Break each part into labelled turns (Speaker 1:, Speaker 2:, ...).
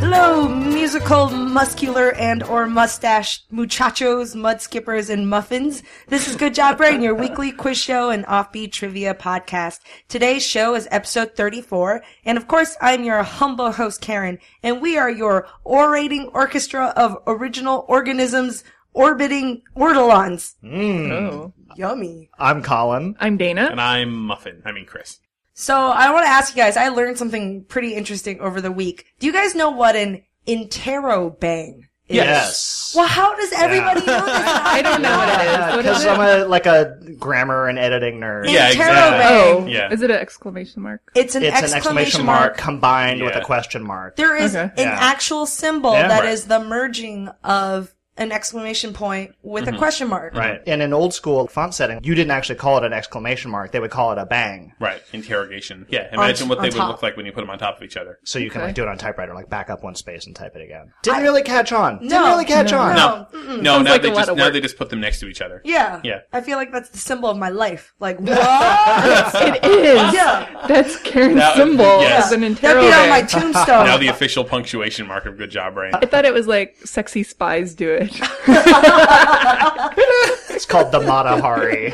Speaker 1: Hello, musical, muscular, and or mustache muchachos, mud skippers, and muffins. This is Good Job Brain, your weekly quiz show and offbeat trivia podcast. Today's show is episode 34, and of course, I'm your humble host, Karen, and we are your orating orchestra of original organisms orbiting ortolans.
Speaker 2: Oh.
Speaker 1: Yummy.
Speaker 3: Mm, I'm Colin.
Speaker 2: I'm Dana.
Speaker 4: And I'm Muffin. I mean Chris.
Speaker 1: So I want to ask you guys, I learned something pretty interesting over the week. Do you guys know what an interrobang is? Well, how does everybody know this?
Speaker 2: I don't know what it is. What is
Speaker 3: Because
Speaker 2: it?
Speaker 3: I'm a like a grammar and editing nerd.
Speaker 4: Yeah, exactly.
Speaker 1: Interrobang.
Speaker 2: oh,
Speaker 4: Yeah.
Speaker 2: is it an exclamation mark?
Speaker 1: It's an
Speaker 3: It's
Speaker 1: exclamation, mark.
Speaker 3: combined with
Speaker 4: Yeah.
Speaker 3: a question mark.
Speaker 1: There is
Speaker 2: Okay.
Speaker 1: an
Speaker 3: Yeah.
Speaker 1: actual symbol that
Speaker 3: Yeah.
Speaker 1: is
Speaker 4: Right.
Speaker 1: the merging of an exclamation point with a question mark.
Speaker 3: Right. In an old school font setting, you didn't actually call it an exclamation mark. They would call it a bang.
Speaker 4: Right. Interrogation. Yeah. Imagine
Speaker 1: On-
Speaker 4: what they
Speaker 1: on
Speaker 4: would
Speaker 1: top.
Speaker 4: look like when you put them on top of each other.
Speaker 3: So you can
Speaker 2: Okay.
Speaker 3: like do it on typewriter, like back up one space and type it again. Didn't really catch on. Didn't
Speaker 1: No.
Speaker 3: really catch on.
Speaker 1: No.
Speaker 4: No, now
Speaker 2: like
Speaker 4: they
Speaker 2: a lot
Speaker 4: just
Speaker 2: of
Speaker 4: now
Speaker 2: work.
Speaker 4: they just put them next to each other.
Speaker 1: Yeah.
Speaker 4: Yeah.
Speaker 1: I feel like that's the symbol of my life. Like, what?
Speaker 2: it is.
Speaker 1: yeah.
Speaker 2: That's Karen's
Speaker 4: That-
Speaker 2: symbol
Speaker 4: yes.
Speaker 2: as an
Speaker 1: That'd be on my
Speaker 2: interrobang.
Speaker 1: tombstone.
Speaker 4: Now the official punctuation mark of good job, Brain.
Speaker 2: I thought it was like sexy spies do it.
Speaker 3: It's called the Mata Hari.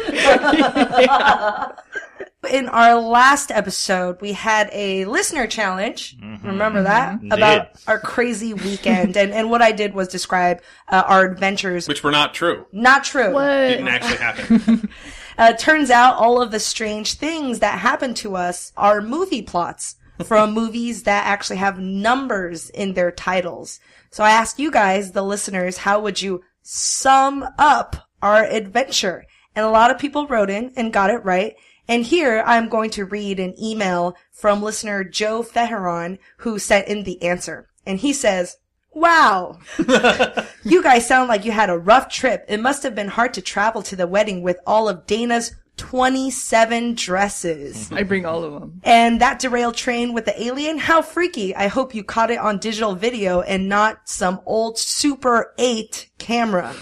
Speaker 1: in our last episode, we had a listener challenge. Remember that? About our crazy weekend. and, and what I did was describe uh, our adventures.
Speaker 4: Which were not true.
Speaker 1: Not true.
Speaker 4: Didn't actually happen.
Speaker 1: Uh, turns out all of the strange things that happen to us are movie plots from movies that actually have numbers in their titles. So I ask you guys, the listeners, how would you sum up our adventure? And a lot of people wrote in and got it right. And here I'm going to read an email from listener Joe Feheron who sent in the answer. And he says, Wow, you guys sound like you had a rough trip. It must have been hard to travel to the wedding with all of Dana's 27 dresses.
Speaker 2: I bring all of them.
Speaker 1: And that derailed train with the alien? How freaky. I hope you caught it on digital video and not some old Super 8 camera.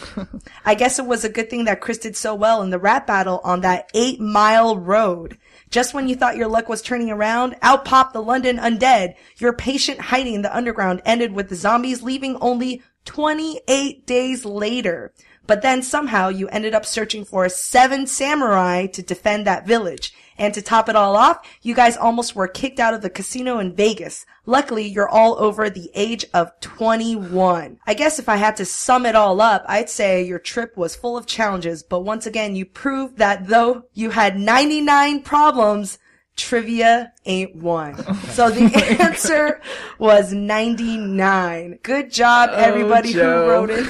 Speaker 1: I guess it was a good thing that Chris did so well in the rap battle on that eight mile road. Just when you thought your luck was turning around, out popped the London undead. Your patient hiding in the underground ended with the zombies leaving only 28 days later. But then somehow you ended up searching for seven samurai to defend that village. And to top it all off, you guys almost were kicked out of the casino in Vegas. Luckily, you're all over the age of 21. I guess if I had to sum it all up, I'd say your trip was full of challenges, but once again, you proved that though you had 99 problems, trivia ain't one. So the answer was 99. Good job, everybody
Speaker 2: Joe.
Speaker 1: who wrote it.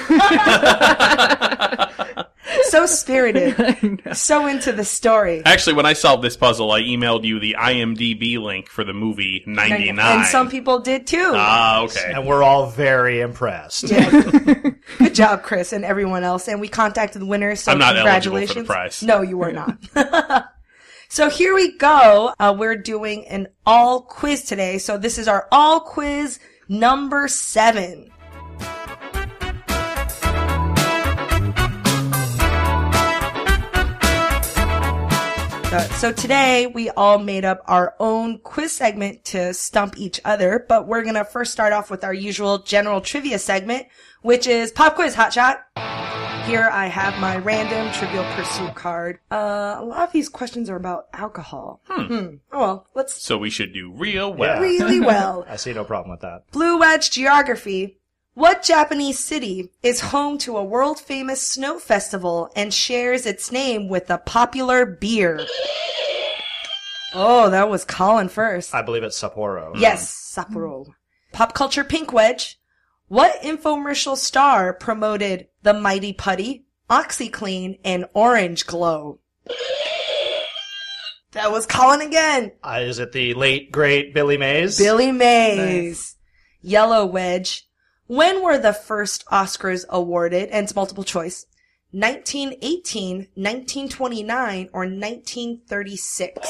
Speaker 1: so spirited. So into the story.
Speaker 4: actually, when I solved this puzzle, I emailed you the IMDb link for the movie 99.
Speaker 1: And some people did too.
Speaker 4: Ah, okay.
Speaker 3: and we're all very impressed.
Speaker 1: Good job, Chris, and everyone else. And we contacted the winner, so
Speaker 4: I'm not eligible
Speaker 1: congratulations.
Speaker 4: for the prize.
Speaker 1: No, you are not. so here we go. Uh, we're doing an all quiz today. So this is our all quiz number seven. Uh, So today we all made up our own quiz segment to stump each other, but we're gonna first start off with our usual general trivia segment, which is pop quiz hot shot. Here I have my random trivial pursuit card. Uh, a lot of these questions are about alcohol. Hmm. Oh well, let's
Speaker 4: So we should do real well.
Speaker 3: Yeah.
Speaker 1: really well.
Speaker 3: I see no problem with that.
Speaker 1: Blue Wedge Geography. What Japanese city is home to a world famous snow festival and shares its name with a popular beer? Oh, that was Colin first.
Speaker 3: I believe it's Sapporo.
Speaker 1: Yes, Sapporo. Pop culture pink wedge. What infomercial star promoted the Mighty Putty, OxyClean, and Orange Glow? That was Colin again.
Speaker 3: Uh, is it the late great Billy Mays?
Speaker 1: Billy Mays. Yellow Wedge. When were the first Oscars awarded? And it's multiple choice. 1918, 1929, or 1936?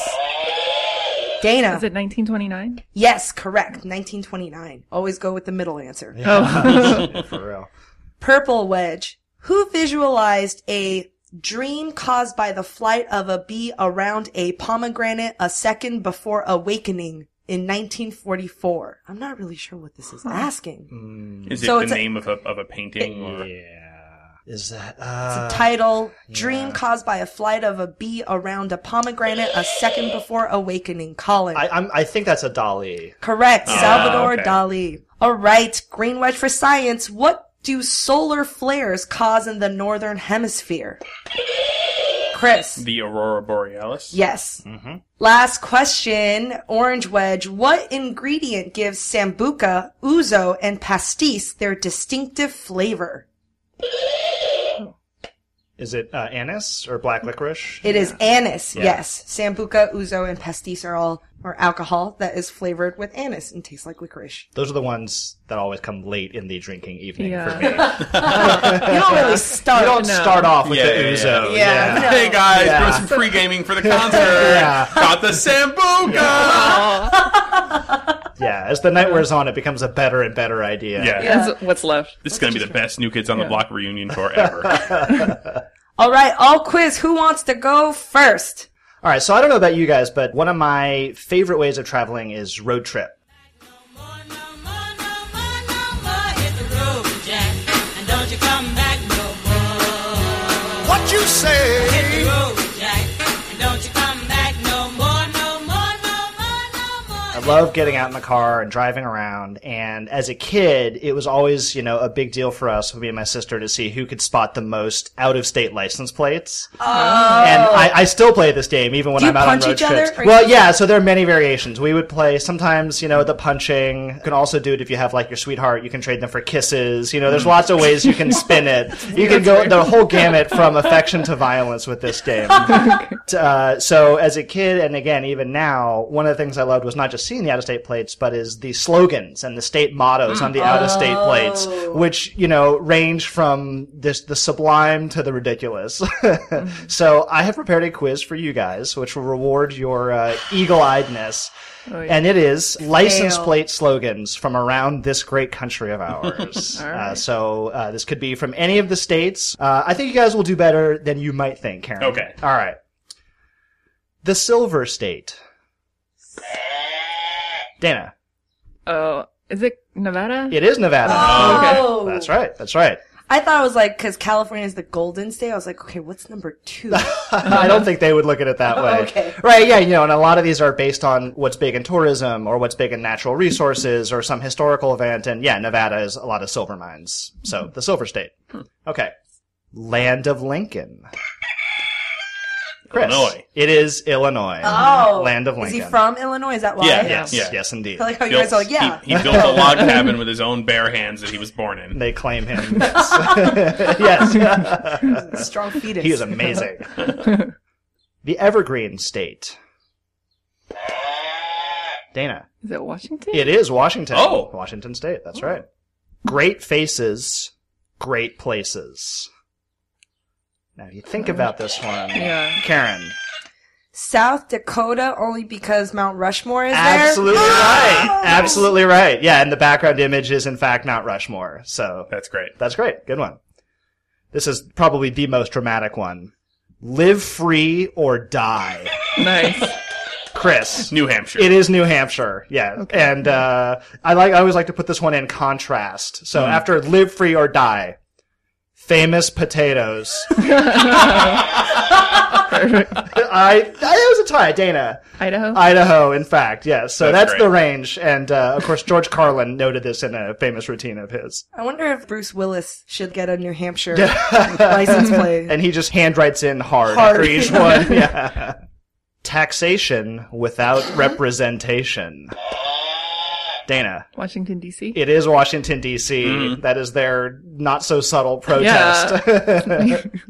Speaker 1: Dana.
Speaker 2: Is it 1929?
Speaker 1: Yes, correct. 1929. Always go with the middle answer. Oh.
Speaker 3: Yeah, for real.
Speaker 1: Purple Wedge. Who visualized a dream caused by the flight of a bee around a pomegranate a second before awakening in 1944? I'm not really sure what this is asking.
Speaker 4: Is
Speaker 1: So
Speaker 4: it
Speaker 1: it's a-
Speaker 4: the name of a of a painting? or-
Speaker 3: Yeah. Is that uh
Speaker 1: Title, Dream Caused by a Flight of a Bee Around a Pomegranate a Second Before Awakening. Colin.
Speaker 3: I Ah, I'm, I think that's a Dali.
Speaker 1: Correct. Salvador
Speaker 4: okay.
Speaker 1: Dali. All right. Green wedge for science. What do solar flares cause in the northern hemisphere? Chris.
Speaker 4: The Aurora Borealis.
Speaker 1: Yes.
Speaker 3: Mm-hmm.
Speaker 1: Last question. Orange wedge. What ingredient gives sambuca, uzo, and pastis their distinctive flavor?
Speaker 3: Is it uh, anise or black licorice?
Speaker 1: It is anise. Yes. Sambuca, uzo, and pastis are all, or alcohol that is flavored with anise and tastes like licorice.
Speaker 3: Those are the ones that always come late in the drinking evening
Speaker 2: Yeah.
Speaker 3: for me. you
Speaker 1: you don't really start.
Speaker 3: don't
Speaker 2: No.
Speaker 3: start off with
Speaker 4: Yeah,
Speaker 3: the
Speaker 4: yeah, yeah.
Speaker 3: ouzo.
Speaker 1: Yeah. No.
Speaker 4: Hey guys,
Speaker 3: Yeah.
Speaker 4: doing some pre gaming for the concert.
Speaker 3: Yeah.
Speaker 4: Got the sambuca.
Speaker 3: Yeah, as the night wears on, it becomes a better and better idea.
Speaker 4: Yeah.
Speaker 2: That's what's left.
Speaker 4: This is going to be the best New Kids on the Block reunion tour ever.
Speaker 1: All right, all quiz. Who wants to go first?
Speaker 3: All right, so I don't know about you guys, but one of my favorite ways of traveling is road trip.
Speaker 5: And don't you come back no more.
Speaker 6: What you
Speaker 5: Hit
Speaker 6: say?
Speaker 5: the road, Jack. And don't you come back no more, no more, no more, no more.
Speaker 3: I love getting out in the car and driving around. And as a kid, it was always, you know, a big deal for us, me and my sister, to see who could spot the most out of state license plates. And I, I still play this game even when
Speaker 1: Oh. Do you
Speaker 3: I'm out
Speaker 1: punch
Speaker 3: on road
Speaker 1: each other,
Speaker 3: trips.
Speaker 1: or-
Speaker 3: Well, yeah, so there are many variations. We would play sometimes, you know, the punching. You can also do it if you have like your sweetheart, you can trade them for kisses. You know, there's lots of ways you can spin it. You can go the whole gamut from affection to violence with this game. Uh, so as a kid, and again even now, one of the things I loved was not just seeing the out-of-state plates, but is the slogans and the state mottos on the out-of-state plates, which you know range from this the sublime to the ridiculous. so I have prepared a quiz for you guys, which will reward your uh, eagle-eyedness.
Speaker 2: Oh,
Speaker 3: And it is license
Speaker 1: Fail.
Speaker 3: plate slogans from around this great country of ours. uh, so uh, this could be from any of the states. Uh, I think you guys will do better than you might think, Karen.
Speaker 4: Okay.
Speaker 3: All right. The Silver State. Dana.
Speaker 2: Oh, is it Nevada?
Speaker 3: It is Nevada.
Speaker 1: Oh,
Speaker 3: That's right. That's right.
Speaker 1: I thought it was like because California is the Golden State. I was like, okay, what's number two?
Speaker 3: I don't think they would look at it that way.
Speaker 1: Okay.
Speaker 3: Right, yeah, you know, and a lot of these are based on what's big in tourism or what's big in natural resources or some historical event. And yeah, Nevada is a lot of silver mines. So the Silver State.
Speaker 1: Hmm.
Speaker 3: Okay. Land of Lincoln. Chris.
Speaker 4: Illinois.
Speaker 3: It is Illinois.
Speaker 1: oh,
Speaker 3: Land of Lincoln.
Speaker 1: Is he from Illinois? Is that why?
Speaker 4: Yeah,
Speaker 3: Yes,
Speaker 4: Yeah.
Speaker 3: yes, indeed.
Speaker 1: I like how Oh, you guys are like, yeah.
Speaker 4: he, he built a log cabin with his own bare hands that he was born in.
Speaker 3: They claim him. yes.
Speaker 1: strong fetus.
Speaker 3: He is amazing. the Evergreen State. Dana.
Speaker 2: Is it Washington?
Speaker 3: It is Washington.
Speaker 4: Oh.
Speaker 3: Washington State. That's right. Great faces, great places. Now, if you think about this one,
Speaker 2: Yeah.
Speaker 3: Karen.
Speaker 1: South Dakota only because Mount Rushmore is there. Ah!
Speaker 3: Absolutely right. Absolutely right. Yeah, and the background image is, in fact, Mount Rushmore. So
Speaker 4: That's great.
Speaker 3: that's great. Good one. This is probably the most dramatic one. Live free or die.
Speaker 2: Nice.
Speaker 3: Chris.
Speaker 4: New Hampshire.
Speaker 3: It is New Hampshire, yeah. And uh, I like I always like to put this one in contrast. So after live free or die, famous potatoes. I, I that was a tie, Dana.
Speaker 2: Idaho?
Speaker 3: Idaho, in fact, yes. So that's,
Speaker 4: That's
Speaker 3: the
Speaker 4: great.
Speaker 3: range. And uh, of course, George Carlin noted this in a famous routine of his.
Speaker 1: I wonder if Bruce Willis should get a New Hampshire license plate.
Speaker 3: And he just handwrites in hard,
Speaker 1: Hard.
Speaker 3: for each one. yeah. Taxation without representation. Dana.
Speaker 2: Washington, D.C.?
Speaker 3: It is Washington D.C.
Speaker 4: Mm-hmm.
Speaker 3: That is their not so subtle protest.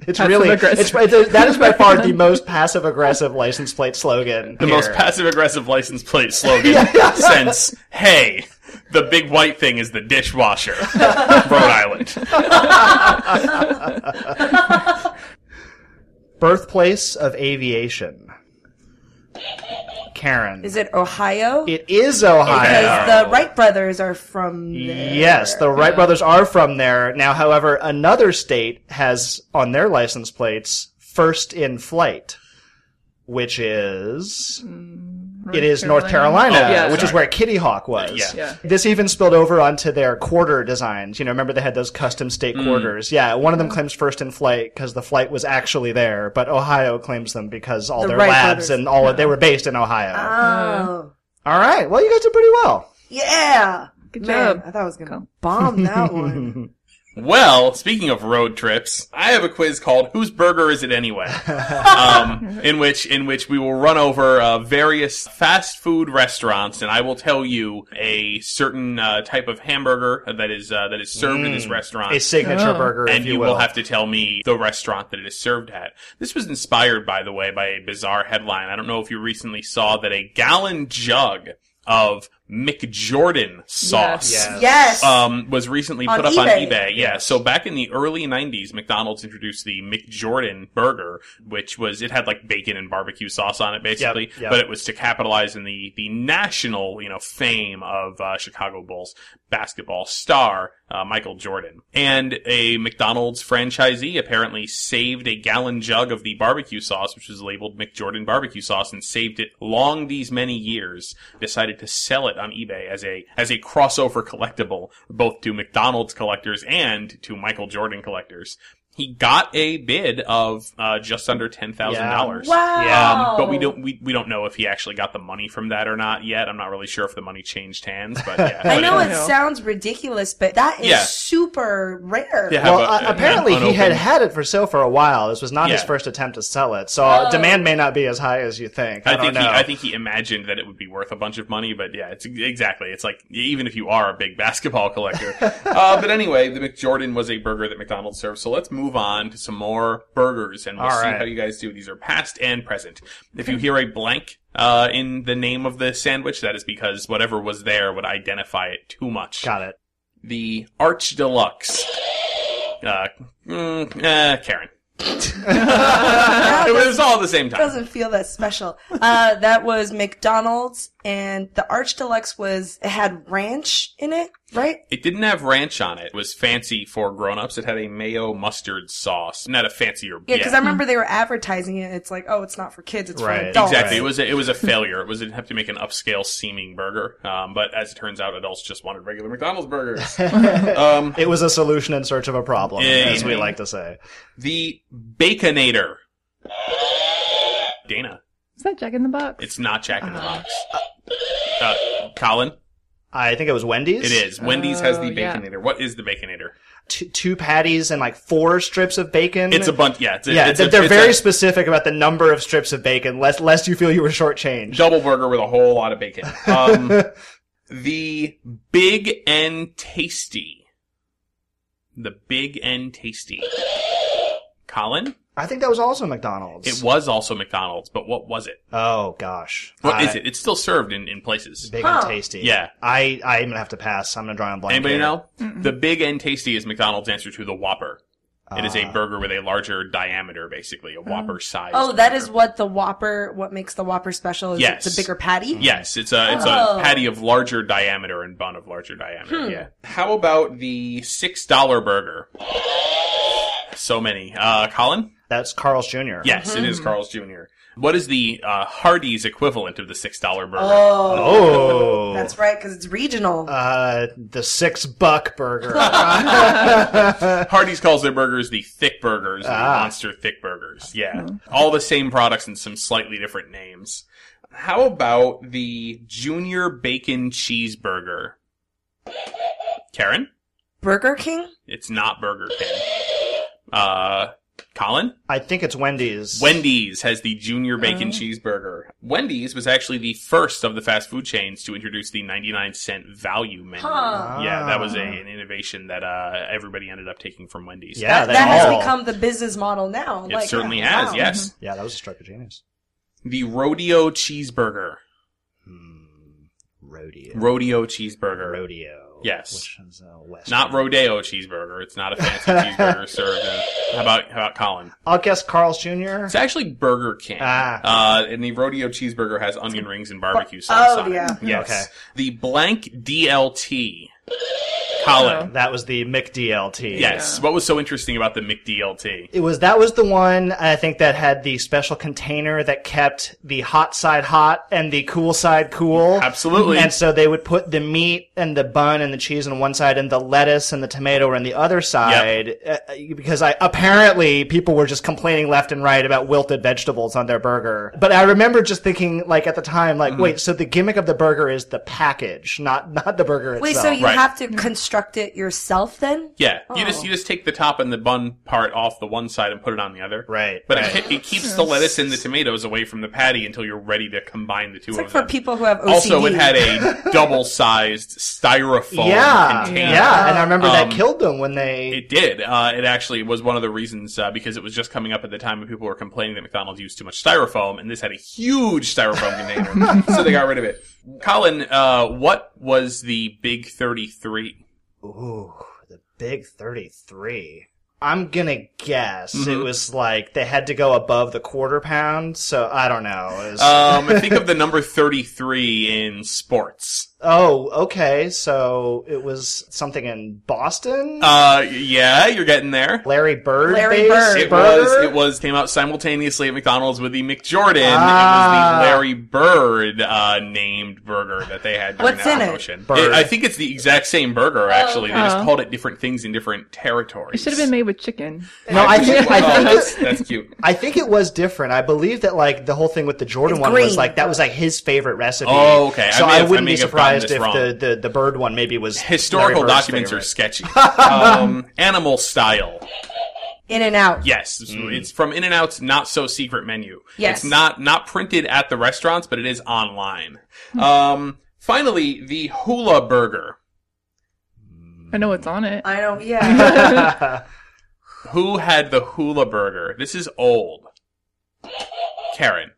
Speaker 3: it's really it's,
Speaker 2: Passive-aggressive.
Speaker 3: it's- that is by far the most passive aggressive license plate slogan.
Speaker 4: the most passive aggressive license plate slogan since, hey, the big white thing is the dishwasher. Rhode Island.
Speaker 3: birthplace of aviation. about Karen.
Speaker 1: Is it Ohio?
Speaker 3: It is Ohio.
Speaker 1: Because the Wright brothers are from there.
Speaker 3: Yes, the Wright brothers are from there. Now, however, another state has on their license plates first in flight, which is
Speaker 1: Mm,
Speaker 3: it is North Carolina,
Speaker 4: Oh, yeah,
Speaker 3: which is
Speaker 4: sorry.
Speaker 3: where Kitty Hawk was.
Speaker 4: Yeah.
Speaker 2: Yeah.
Speaker 3: This even spilled over onto their quarter designs. You know, remember they had those custom state
Speaker 4: Mm.
Speaker 3: quarters. Yeah, one of them claims first in flight because the flight was actually there, but Ohio claims them because all
Speaker 1: The
Speaker 3: their
Speaker 1: Wright
Speaker 3: labs
Speaker 1: brothers.
Speaker 3: and all they were based in Ohio.
Speaker 1: Oh.
Speaker 3: all right, well, you guys did pretty well.
Speaker 1: Yeah.
Speaker 2: Good
Speaker 1: Man,
Speaker 2: job.
Speaker 1: I thought I was going to
Speaker 2: Cool.
Speaker 1: bomb that one.
Speaker 4: Well, speaking of road trips, I have a quiz called "Whose Burger Is It Anyway?" um, in which in which we will run over uh, various fast food restaurants, and I will tell you a certain uh, type of hamburger that is uh, that is served in this restaurant.
Speaker 3: A signature
Speaker 2: Oh.
Speaker 3: burger,
Speaker 4: and
Speaker 3: if
Speaker 4: you,
Speaker 3: you
Speaker 4: will. have to tell me the restaurant that it is served at. This was inspired, by the way, by a bizarre headline. I don't know if you recently saw that a gallon jug of McJordan sauce
Speaker 2: Yes.
Speaker 3: Yes.
Speaker 1: yes.
Speaker 4: um, was recently
Speaker 1: On
Speaker 4: put up on
Speaker 1: eBay.
Speaker 4: eBay. Yeah. So back in the early '90s, McDonald's introduced the McJordan burger, which was it had like bacon and barbecue sauce on it, basically.
Speaker 3: Yep, yep.
Speaker 4: But it was to capitalize on the the national you know fame of uh, Chicago Bulls basketball star uh, Michael Jordan. And a McDonald's franchisee apparently saved a gallon jug of the barbecue sauce, which was labeled McJordan barbecue sauce, and saved it long these many years. Decided to sell it on eBay as a as a crossover collectible, both to McDonald's collectors and to Michael Jordan collectors. He got a bid of uh, just under ten thousand dollars.
Speaker 1: wow.
Speaker 4: Um, but we don't we, we don't know if he actually got the money from that or not yet. I'm not really sure if the money changed hands, but yeah.
Speaker 1: I
Speaker 4: But
Speaker 1: know
Speaker 4: it-
Speaker 1: it sounds ridiculous, but that is
Speaker 4: Yeah.
Speaker 1: super rare.
Speaker 4: Yeah.
Speaker 3: Well,
Speaker 4: have a-
Speaker 3: uh,
Speaker 4: an
Speaker 3: apparently he had
Speaker 4: unopened-
Speaker 3: had it for sale for a while. This was not his
Speaker 4: Yeah.
Speaker 3: first attempt to sell it, so
Speaker 1: Oh.
Speaker 3: uh demand may not be as high as you think. I,
Speaker 4: I
Speaker 3: don't
Speaker 4: think
Speaker 3: know.
Speaker 4: he, I think he imagined that it would be worth a bunch of money, but yeah, it's exactly. It's like even if you are a big basketball collector. uh, but anyway, the McJordan was a burger that McDonald's served. So let's move on to some more burgers, and we'll
Speaker 3: All
Speaker 4: see
Speaker 3: right.
Speaker 4: how you guys do. These are past and present. If you hear a blank uh, in the name of the sandwich, that is because whatever was there would identify it too much.
Speaker 3: got it.
Speaker 4: The Arch Deluxe. Uh, mm, uh, Karen.
Speaker 1: That
Speaker 4: It
Speaker 1: doesn't-
Speaker 4: was all at the same time.
Speaker 1: doesn't feel that special. Uh, that was McDonald's, and the Arch Deluxe was it had ranch in it, right?
Speaker 4: It didn't have ranch on it. It was fancy for grown-ups. It had a mayo mustard sauce, not a fancier.
Speaker 1: Yeah, because I remember they were advertising it. It's like, oh, it's not for kids; it's
Speaker 3: Right.
Speaker 1: for adults.
Speaker 4: exactly.
Speaker 3: Right.
Speaker 4: It was a, it was a failure. It was an attempt to make an upscale seeming burger, um, but as it turns out, adults just wanted regular McDonald's burgers. um,
Speaker 3: It was a solution in search of a problem,
Speaker 4: Yeah,
Speaker 3: as
Speaker 4: yeah,
Speaker 3: we
Speaker 4: yeah.
Speaker 3: like to say.
Speaker 4: the Baconator. Dana,
Speaker 2: Is that Jack in the Box?
Speaker 4: it's not Jack in the Box. Uh, Colin,
Speaker 3: I think it was Wendy's.
Speaker 4: it is. Wendy's has the
Speaker 2: Oh, yeah.
Speaker 4: Baconator. What is the Baconator?
Speaker 3: T- two patties and like four strips of bacon.
Speaker 4: It's a bunch. Yeah, it's a,
Speaker 3: yeah,
Speaker 4: it's
Speaker 3: they're,
Speaker 4: a-
Speaker 3: they're
Speaker 4: it's
Speaker 3: very
Speaker 4: a
Speaker 3: specific about the number of strips of bacon, lest lest you feel you were shortchanged.
Speaker 4: double burger with a whole lot of bacon. Um, the Big and Tasty. The Big and Tasty. Colin,
Speaker 3: I think that was also McDonald's.
Speaker 4: it was also McDonald's, but what was it?
Speaker 3: Oh gosh,
Speaker 4: What is
Speaker 3: I-
Speaker 4: it? It's still served in, in places.
Speaker 3: Big
Speaker 1: Huh.
Speaker 3: and tasty.
Speaker 4: Yeah.
Speaker 3: I I'm gonna have to pass. I'm gonna draw on blank.
Speaker 4: Anybody
Speaker 3: here.
Speaker 4: know? The Big and Tasty is McDonald's answer to the Whopper. It
Speaker 3: Ah.
Speaker 4: is a burger with a larger diameter, basically, a Whopper size.
Speaker 1: Oh, that is what the Whopper. What makes the Whopper special is
Speaker 4: Yes.
Speaker 1: it's a bigger patty.
Speaker 4: Yes, it's a it's
Speaker 1: Oh. Hmm.
Speaker 4: a patty of larger diameter and bun of larger diameter. Yeah. How about the six dollar burger? So many. Uh, Colin.
Speaker 3: That's Carl's Jr.
Speaker 4: Yes, it
Speaker 1: Hmm.
Speaker 4: is Carl's Jr. What is the uh, Hardee's equivalent of the six dollar burger?
Speaker 1: Oh,
Speaker 3: Oh,
Speaker 1: that's right, because it's regional.
Speaker 3: Uh, the six buck burger.
Speaker 4: Hardee's calls their burgers the thick burgers, and
Speaker 3: Ah.
Speaker 4: the monster thick burgers. Yeah,
Speaker 1: Hmm.
Speaker 4: all the same products and some slightly different names. How about the Junior Bacon Cheeseburger? Karen,
Speaker 1: Burger King.
Speaker 4: it's not Burger King. Uh, Colin.
Speaker 3: I think it's Wendy's.
Speaker 4: Wendy's has the junior
Speaker 1: Oh.
Speaker 4: bacon cheeseburger. Wendy's was actually the first of the fast food chains to introduce the 99 cent value menu.
Speaker 1: Huh.
Speaker 4: Yeah, that was a, an innovation that uh, everybody ended up taking from Wendy's.
Speaker 3: Yeah,
Speaker 1: that
Speaker 3: they
Speaker 1: that has
Speaker 3: all-
Speaker 1: become the business model now.
Speaker 4: It certainly has,
Speaker 1: wow. Mm-hmm.
Speaker 4: yes.
Speaker 3: Yeah, that was a stroke of genius.
Speaker 4: The rodeo cheeseburger.
Speaker 3: Hmm. rodeo.
Speaker 4: Rodeo cheeseburger.
Speaker 3: rodeo.
Speaker 4: Yes.
Speaker 3: Which is uh, West.
Speaker 4: Not rodeo cheeseburger. It's not a fancy cheeseburger served. in- How about how about Colin?
Speaker 3: I'll guess Carl's Jr.
Speaker 4: It's actually Burger King.
Speaker 3: Ah.
Speaker 4: Uh, and the rodeo cheeseburger has onion rings and barbecue sauce
Speaker 1: Oh,
Speaker 4: on it.
Speaker 1: yeah.
Speaker 4: Yes.
Speaker 3: Okay.
Speaker 4: The blank DLT. Colin.
Speaker 1: Oh,
Speaker 3: That was the McDLT.
Speaker 4: Yes. What was so interesting about the McDLT?
Speaker 3: It was that was the one I think that had the special container that kept the hot side hot and the cool side cool.
Speaker 4: Absolutely.
Speaker 3: And so they would put the meat and the bun and the cheese on one side and the lettuce and the tomato were on the other side Uh, because I apparently people were just complaining left and right about wilted vegetables on their burger. But I remember just thinking like at the time like
Speaker 4: Mm-hmm.
Speaker 3: wait so the gimmick of the burger is the package not not the burger itself.
Speaker 1: Mm-hmm. Wait, so you
Speaker 4: Right.
Speaker 1: have to construct it yourself then?
Speaker 4: Yeah. You
Speaker 1: Oh.
Speaker 4: just you just take the top and the bun part off the one side and put it on the other.
Speaker 3: Right,
Speaker 4: But
Speaker 3: right.
Speaker 4: It, ke- it keeps the lettuce and the tomatoes away from the patty until you're ready to combine the two
Speaker 1: It's
Speaker 4: of
Speaker 1: like for
Speaker 4: them.
Speaker 1: people who have OCD.
Speaker 4: also, it had a double-sized styrofoam
Speaker 3: yeah,
Speaker 4: container.
Speaker 3: yeah, and I remember
Speaker 4: Um,
Speaker 3: that killed them when they
Speaker 4: It did. Uh, it actually was one of the reasons uh, because it was just coming up at the time when people were complaining that McDonald's used too much styrofoam, and this had a huge styrofoam container, so they got rid of it. Colin, uh, what was the Big Thirty Three?
Speaker 3: Ooh, the big 33. I'm gonna guess it
Speaker 4: Mhm.
Speaker 3: was like they had to go above the quarter pound, so I don't know. It was-
Speaker 4: Um, think of the number thirty-three in sports.
Speaker 3: oh, okay, so it was something in Boston?
Speaker 4: Uh, yeah, you're getting there.
Speaker 3: Larry Bird?
Speaker 1: Larry
Speaker 3: based
Speaker 1: Bird.
Speaker 4: It
Speaker 3: burger?
Speaker 4: was. It was came out simultaneously at McDonald's with the McJordan.
Speaker 3: Ah.
Speaker 4: It was the Larry Bird uh, named burger that they had during
Speaker 1: What's
Speaker 4: that
Speaker 1: in it?
Speaker 4: promotion.
Speaker 3: Bird.
Speaker 4: I think it's the exact same burger. Actually, they just
Speaker 2: Oh.
Speaker 4: called it different things in different territories.
Speaker 2: It should have been made with chicken.
Speaker 3: No, I think, I,
Speaker 4: Oh,
Speaker 3: think
Speaker 4: that's,
Speaker 3: it,
Speaker 4: that's cute.
Speaker 3: I think it was different. I believe that like the whole thing with the Jordan
Speaker 1: It's
Speaker 3: one was
Speaker 1: green.
Speaker 3: like that was like his favorite recipe.
Speaker 4: Oh, okay. I
Speaker 3: So
Speaker 4: may
Speaker 3: I,
Speaker 4: have- I
Speaker 3: wouldn't
Speaker 4: may
Speaker 3: be
Speaker 4: have gotten
Speaker 3: surprised
Speaker 4: this
Speaker 3: if
Speaker 4: wrong.
Speaker 3: the, the the Bird one maybe was Larry
Speaker 4: Historical
Speaker 3: Bird's
Speaker 4: documents are
Speaker 3: favorite.
Speaker 4: sketchy. um, animal style.
Speaker 1: in and out.
Speaker 4: Yes, it's-
Speaker 3: Mm.
Speaker 4: it's from In and Out's not so secret menu.
Speaker 1: Yes.
Speaker 4: it's not not printed at the restaurants, but it is online. um, finally, the Hula Burger.
Speaker 2: I know what's on it.
Speaker 1: I don't. Yeah.
Speaker 4: Who had the Hula Burger? This is old. Karen,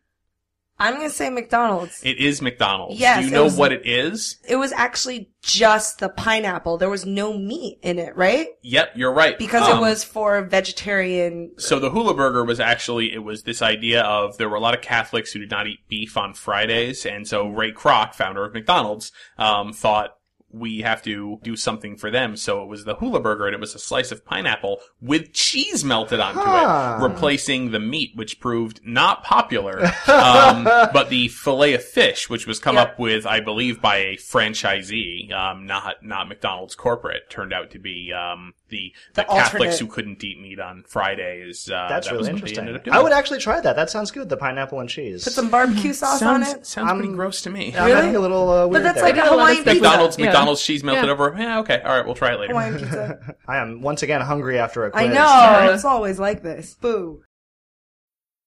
Speaker 1: I'm gonna say McDonald's. It,
Speaker 4: it is McDonald's.
Speaker 1: Yes,
Speaker 4: Do you
Speaker 1: it
Speaker 4: know
Speaker 1: was-
Speaker 4: what it is?
Speaker 1: was actually just the pineapple. There was no meat in it, right?
Speaker 4: Yep, you're right.
Speaker 1: Because it
Speaker 4: Um,
Speaker 1: was for vegetarian.
Speaker 4: So the hula burger was actually it was this idea of there were a lot of Catholics who did not eat beef on Fridays, and so Ray Kroc, founder of McDonald's, um, thought we have to do something for them. So it was the hula burger, and it was a slice of pineapple with cheese melted onto
Speaker 3: Huh.
Speaker 4: it, replacing the meat, which proved not popular. Um, but the fillet of fish, which was come
Speaker 1: Yeah.
Speaker 4: up with, I believe, by a franchisee, um, not not McDonald's corporate, turned out to be um, the the,
Speaker 1: The
Speaker 4: Catholics
Speaker 1: alternate.
Speaker 4: who couldn't eat meat on Fridays. Uh,
Speaker 3: That's
Speaker 4: that was
Speaker 3: really
Speaker 4: what they ended
Speaker 3: interesting.
Speaker 4: up doing.
Speaker 3: I would actually try that. That sounds good. The pineapple and cheese.
Speaker 1: Put some barbecue sauce on
Speaker 4: sounds,
Speaker 1: it.
Speaker 4: Sounds pretty
Speaker 3: Um,
Speaker 4: gross to me.
Speaker 3: I'm
Speaker 1: Really?
Speaker 3: having a little uh,
Speaker 1: But
Speaker 3: weird
Speaker 1: that's
Speaker 3: there.
Speaker 1: like a
Speaker 2: I got a lot of
Speaker 1: Hawaiian
Speaker 2: stuff-
Speaker 1: pizza.
Speaker 4: McDonald's
Speaker 2: Yeah.
Speaker 4: McDonald's cheese melted
Speaker 2: Yeah.
Speaker 4: over. Yeah, okay, all right, we'll try it later.
Speaker 1: Hawaiian pizza.
Speaker 3: I am once again hungry after a quiz.
Speaker 1: I
Speaker 2: Yeah.
Speaker 1: know. It's always like this. Boo.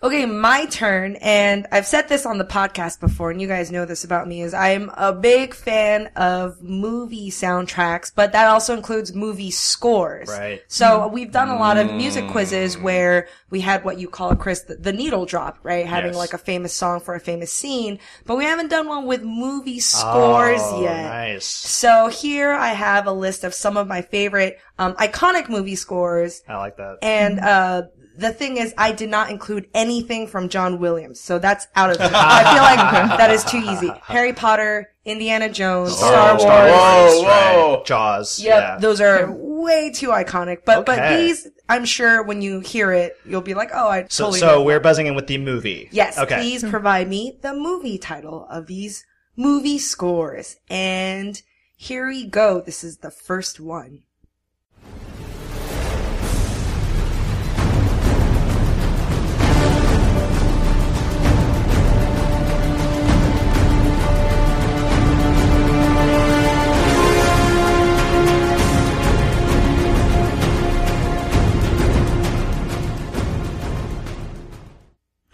Speaker 1: Okay, my turn, and I've said this on the podcast before, and you guys know this about me, is I'm a big fan of movie soundtracks, but that also includes movie scores.
Speaker 3: Right. Mm.
Speaker 1: So we've done a lot of music quizzes where we had what you call, Chris, the, the needle drop, right? Having
Speaker 4: Yes.
Speaker 1: like a famous song for a famous scene, but we haven't done one with movie scores
Speaker 3: Oh,
Speaker 1: yet.
Speaker 3: Nice.
Speaker 1: So here I have a list of some of my favorite um, iconic movie scores.
Speaker 3: I like that.
Speaker 1: And uh, the thing is, I did not include anything from John Williams, so that's out of. I feel like that is too easy. Harry Potter, Indiana
Speaker 3: Oh,
Speaker 1: Jones, Star Wars.
Speaker 4: Wars. Whoa, whoa.
Speaker 3: Jaws.
Speaker 1: Yep,
Speaker 3: Yeah.
Speaker 1: those are way too iconic. But but
Speaker 3: Okay.
Speaker 1: these, I'm sure when you hear it, you'll be like, oh, I
Speaker 3: so
Speaker 1: totally.
Speaker 3: so
Speaker 1: know.
Speaker 3: we're buzzing in with the movie.
Speaker 1: yes,
Speaker 3: Okay.
Speaker 1: please provide me the movie title of these movie scores. And here we go. This is the first one.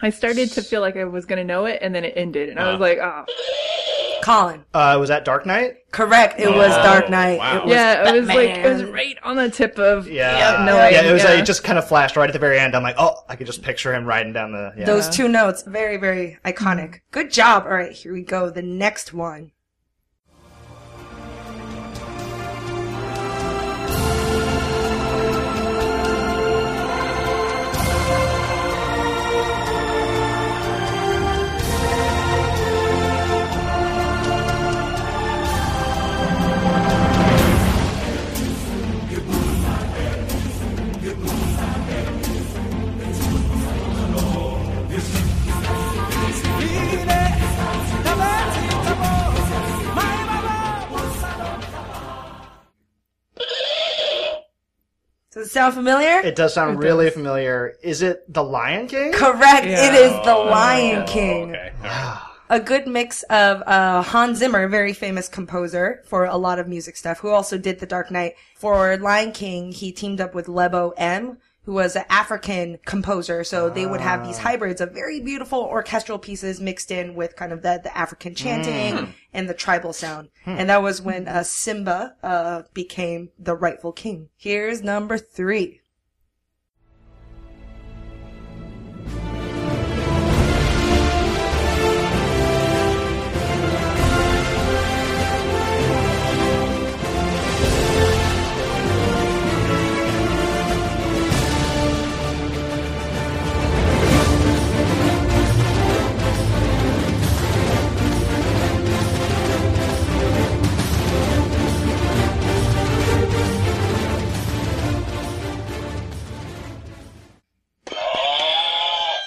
Speaker 2: I started to feel like I was gonna know it, and then it ended, and I was like, oh,
Speaker 1: Colin,
Speaker 3: Uh, was that Dark Knight?
Speaker 1: correct. It was
Speaker 4: Oh,
Speaker 1: Dark Knight.
Speaker 4: wow.
Speaker 1: It was
Speaker 2: yeah. It was like it was
Speaker 1: Batman.
Speaker 2: right on the tip of
Speaker 3: Yeah.
Speaker 2: no,
Speaker 3: yeah. It was.
Speaker 2: yeah.
Speaker 3: Like, it just kind of flashed right at the very end. I'm like, oh, I could just picture him riding down the. Yeah.
Speaker 1: Those two notes, very, very iconic. Good job. All right, here we go. The next one. Does it sound familiar?
Speaker 3: It does sound really familiar. Is it The Lion King?
Speaker 1: Correct. It
Speaker 2: Yeah.
Speaker 1: is The Lion King.
Speaker 4: Okay. All right.
Speaker 1: A good mix of uh, Hans Zimmer, very famous composer for a lot of music stuff, who also did The Dark Knight. For Lion King, he teamed up with Lebo M. Who was an African composer, so they would have these hybrids of very beautiful orchestral pieces mixed in with kind of the, the African chanting and the tribal sound. And that was when uh, Simba uh, became the rightful king. Here's number three.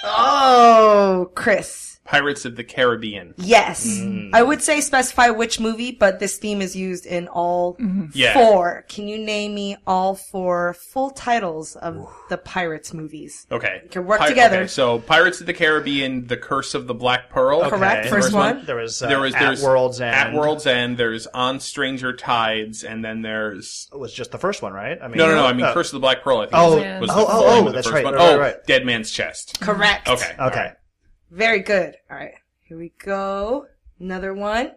Speaker 1: Oh, Chris.
Speaker 4: Pirates of the Caribbean.
Speaker 1: Yes.
Speaker 4: Mm.
Speaker 1: I would say specify which movie, but this theme is used in all
Speaker 4: Yeah.
Speaker 1: four. Can you name me all four full titles of the Pirates movies?
Speaker 4: Okay.
Speaker 1: can work together.
Speaker 4: Okay, so Pirates of the Caribbean, The Curse of the Black Pearl.
Speaker 3: Okay.
Speaker 1: Correct, first one.
Speaker 3: There was, uh,
Speaker 4: There was
Speaker 3: At
Speaker 4: there's
Speaker 3: World's End.
Speaker 4: At World's End, there's On Stranger Tides, and then there's
Speaker 3: was just the first one, right? I mean,
Speaker 4: no, no, no. I mean,
Speaker 3: oh,
Speaker 4: Curse of the Black Pearl. I think
Speaker 3: Oh,
Speaker 4: was, the- was the
Speaker 3: oh, oh,
Speaker 4: following
Speaker 3: oh,
Speaker 4: to the
Speaker 3: that's
Speaker 4: first
Speaker 3: right,
Speaker 4: one.
Speaker 3: right, right,
Speaker 4: oh,
Speaker 3: right.
Speaker 4: Dead Man's Chest.
Speaker 1: Correct.
Speaker 4: Okay.
Speaker 3: Okay.
Speaker 1: Very good. All right. Here we go. Another one.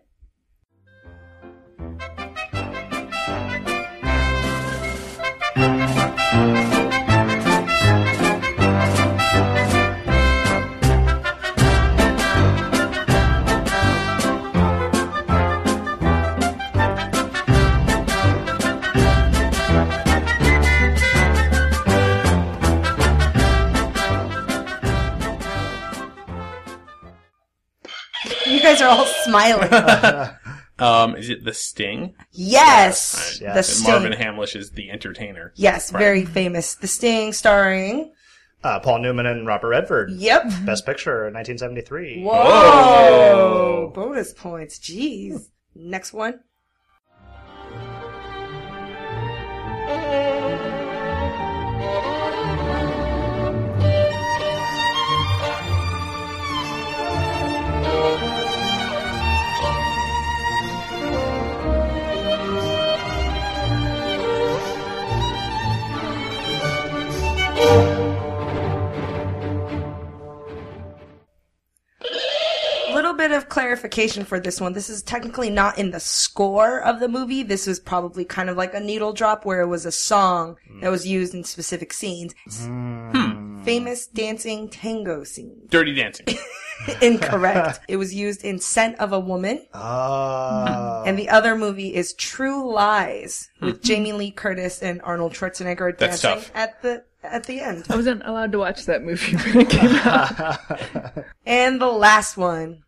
Speaker 1: You guys are all smiling.
Speaker 4: Um, is it The Sting?
Speaker 1: yes.
Speaker 3: Yes.
Speaker 1: The
Speaker 3: And
Speaker 4: And
Speaker 1: Sting.
Speaker 4: Marvin Hamlish is the entertainer.
Speaker 1: yes, very famous. The Sting starring.
Speaker 3: Uh, Paul Newman and Robert Redford.
Speaker 1: Yep.
Speaker 3: Best Picture, 1973.
Speaker 1: Whoa. Oh! Bonus points. Jeez. Next one. clarification for this one. This is technically not in the score of the movie. This was probably kind of like a needle drop where it was a song that was used in specific scenes.
Speaker 4: Hmm.
Speaker 1: Famous dancing tango scene.
Speaker 4: Dirty Dancing.
Speaker 1: Incorrect. it was used in Scent of a Woman.
Speaker 3: Oh.
Speaker 1: And the other movie is True Lies with Jamie Lee Curtis and Arnold Schwarzenegger
Speaker 4: Hmm. That's
Speaker 1: dancing
Speaker 4: tough.
Speaker 1: at the at the end.
Speaker 2: I wasn't allowed to watch that movie when it came out.
Speaker 1: And the last one.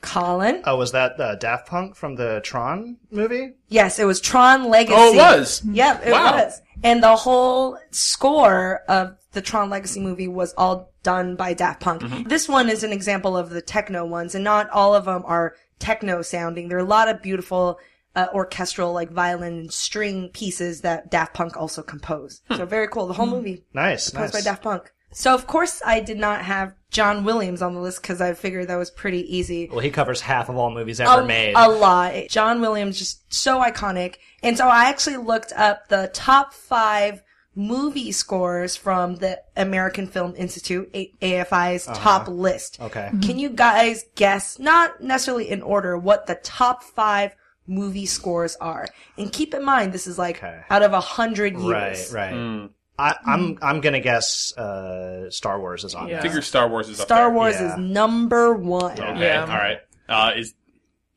Speaker 1: Colin?
Speaker 3: Oh, was that uh, Daft Punk from the Tron movie?
Speaker 1: Yes, it was Tron Legacy.
Speaker 4: Oh, it was.
Speaker 1: Yep, it
Speaker 4: Wow.
Speaker 1: was. And the whole score of the Tron Legacy movie was all done by Daft Punk.
Speaker 4: Mm-hmm.
Speaker 1: This one is an example of the techno ones, and not all of them are techno sounding. There are a lot of beautiful uh, orchestral, like violin and string pieces that Daft Punk also composed.
Speaker 4: Hmm.
Speaker 1: So very cool. The whole movie
Speaker 3: Nice, nice.
Speaker 1: composed by Daft Punk. So of course I did not have John Williams on the list because I figured that was pretty easy
Speaker 3: Well, he covers half of all movies ever
Speaker 1: a,
Speaker 3: made.
Speaker 1: a lot. John Williams just so iconic. And so I actually looked up the top five movie scores from the American Film Institute, A- AFI's top list.
Speaker 3: okay.
Speaker 1: Can you guys guess, not necessarily in order, what the top five movie scores are? And keep in mind, this is like
Speaker 3: Okay.
Speaker 1: out of a hundred
Speaker 3: Right,
Speaker 1: years.
Speaker 3: right. I, I'm I'm gonna guess uh, Star Wars is on
Speaker 2: Yeah.
Speaker 4: I
Speaker 3: there.
Speaker 4: figure Star Wars is up
Speaker 1: Star
Speaker 4: there.
Speaker 1: Wars
Speaker 3: Yeah.
Speaker 1: is number one.
Speaker 4: Okay,
Speaker 2: Yeah.
Speaker 4: all right. Uh, is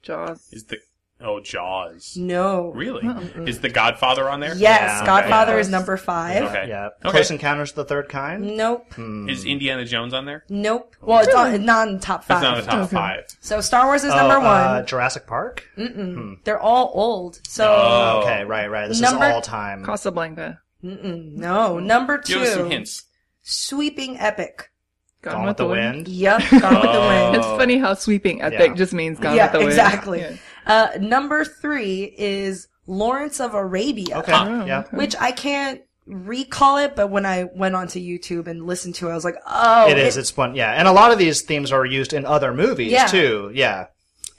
Speaker 2: Jaws.
Speaker 4: is the oh Jaws?
Speaker 1: No.
Speaker 4: Really? Is the Godfather on there?
Speaker 1: Mm. Yes,
Speaker 3: Yeah,
Speaker 1: Godfather
Speaker 4: okay.
Speaker 1: is number five.
Speaker 4: Okay.
Speaker 3: Yeah.
Speaker 4: Okay.
Speaker 3: Close Encounters of the Third Kind.
Speaker 1: Nope.
Speaker 4: Is Indiana Jones on there?
Speaker 1: Nope. Well, it's on, not in top five.
Speaker 4: That's not in the top five.
Speaker 1: So Star Wars is number
Speaker 3: Oh,
Speaker 1: one. Mm.
Speaker 3: Uh, Jurassic Park.
Speaker 1: They're all old. So
Speaker 4: Oh.
Speaker 3: Okay, right, right. This
Speaker 1: Number-
Speaker 3: is all time.
Speaker 2: Casablanca.
Speaker 1: no, number two.
Speaker 4: Give us some hints.
Speaker 1: Sweeping epic.
Speaker 2: Gone,
Speaker 3: Gone with the Wind.
Speaker 1: Yep, Gone with
Speaker 3: Oh.
Speaker 1: the Wind.
Speaker 2: It's funny how sweeping epic
Speaker 3: Yeah.
Speaker 2: just means Gone
Speaker 1: yeah,
Speaker 2: with the Wind.
Speaker 1: exactly.
Speaker 2: Yeah.
Speaker 1: Uh, number three is Lawrence of Arabia,
Speaker 3: Okay. yeah.
Speaker 1: which I can't recall it, but when I went onto YouTube and listened to it, I was like, oh,
Speaker 3: It is. It's one. Yeah. And a lot of these themes are used in other movies
Speaker 1: Yeah.
Speaker 3: too. Yeah.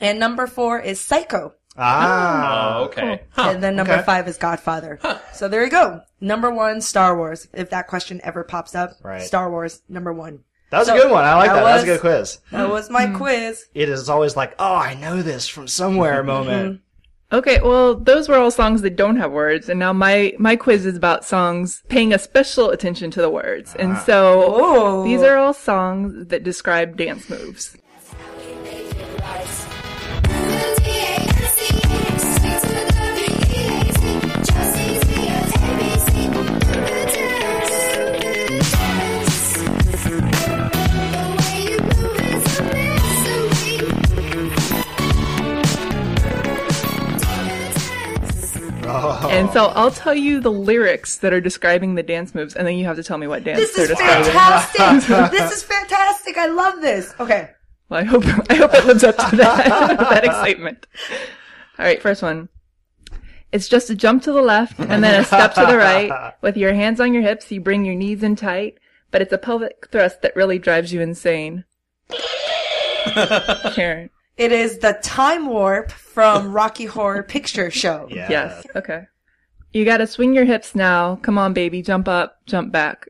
Speaker 1: and number four is Psycho.
Speaker 3: Ah.
Speaker 4: Oh, okay.
Speaker 1: and then number
Speaker 3: okay.
Speaker 1: five is Godfather. So there you go. Number one, Star Wars. If that question ever pops up,
Speaker 3: Right.
Speaker 1: Star Wars, number one.
Speaker 3: That was
Speaker 1: So,
Speaker 3: a good one. I like
Speaker 1: that
Speaker 3: that. That was a
Speaker 1: was-
Speaker 3: good quiz.
Speaker 1: That was my quiz.
Speaker 3: It is always like, oh, I know this from somewhere
Speaker 1: Mm-hmm.
Speaker 3: moment.
Speaker 2: Okay, well, those were all songs that don't have words, and now my my quiz is about songs paying a special attention to the words. And
Speaker 3: Uh-huh.
Speaker 2: so
Speaker 1: Oh.
Speaker 2: these are all songs that describe dance moves. And so I'll tell you the lyrics that are describing the dance moves, and then you have to tell me what dance
Speaker 1: This
Speaker 2: they're
Speaker 1: is
Speaker 2: describing.
Speaker 1: fantastic. this is fantastic. I love this. Okay.
Speaker 2: Well, I hope I hope it lives up to that that excitement. All right, first one. It's just a jump to the left and then a step to the right. With your hands on your hips, you bring your knees in tight, but it's a pelvic thrust that really drives you insane. Karen.
Speaker 1: It is the time warp from Rocky Horror Picture Show.
Speaker 3: Yeah.
Speaker 2: Yes. Okay. You gotta swing your hips now. Come on, baby. Jump up, jump back.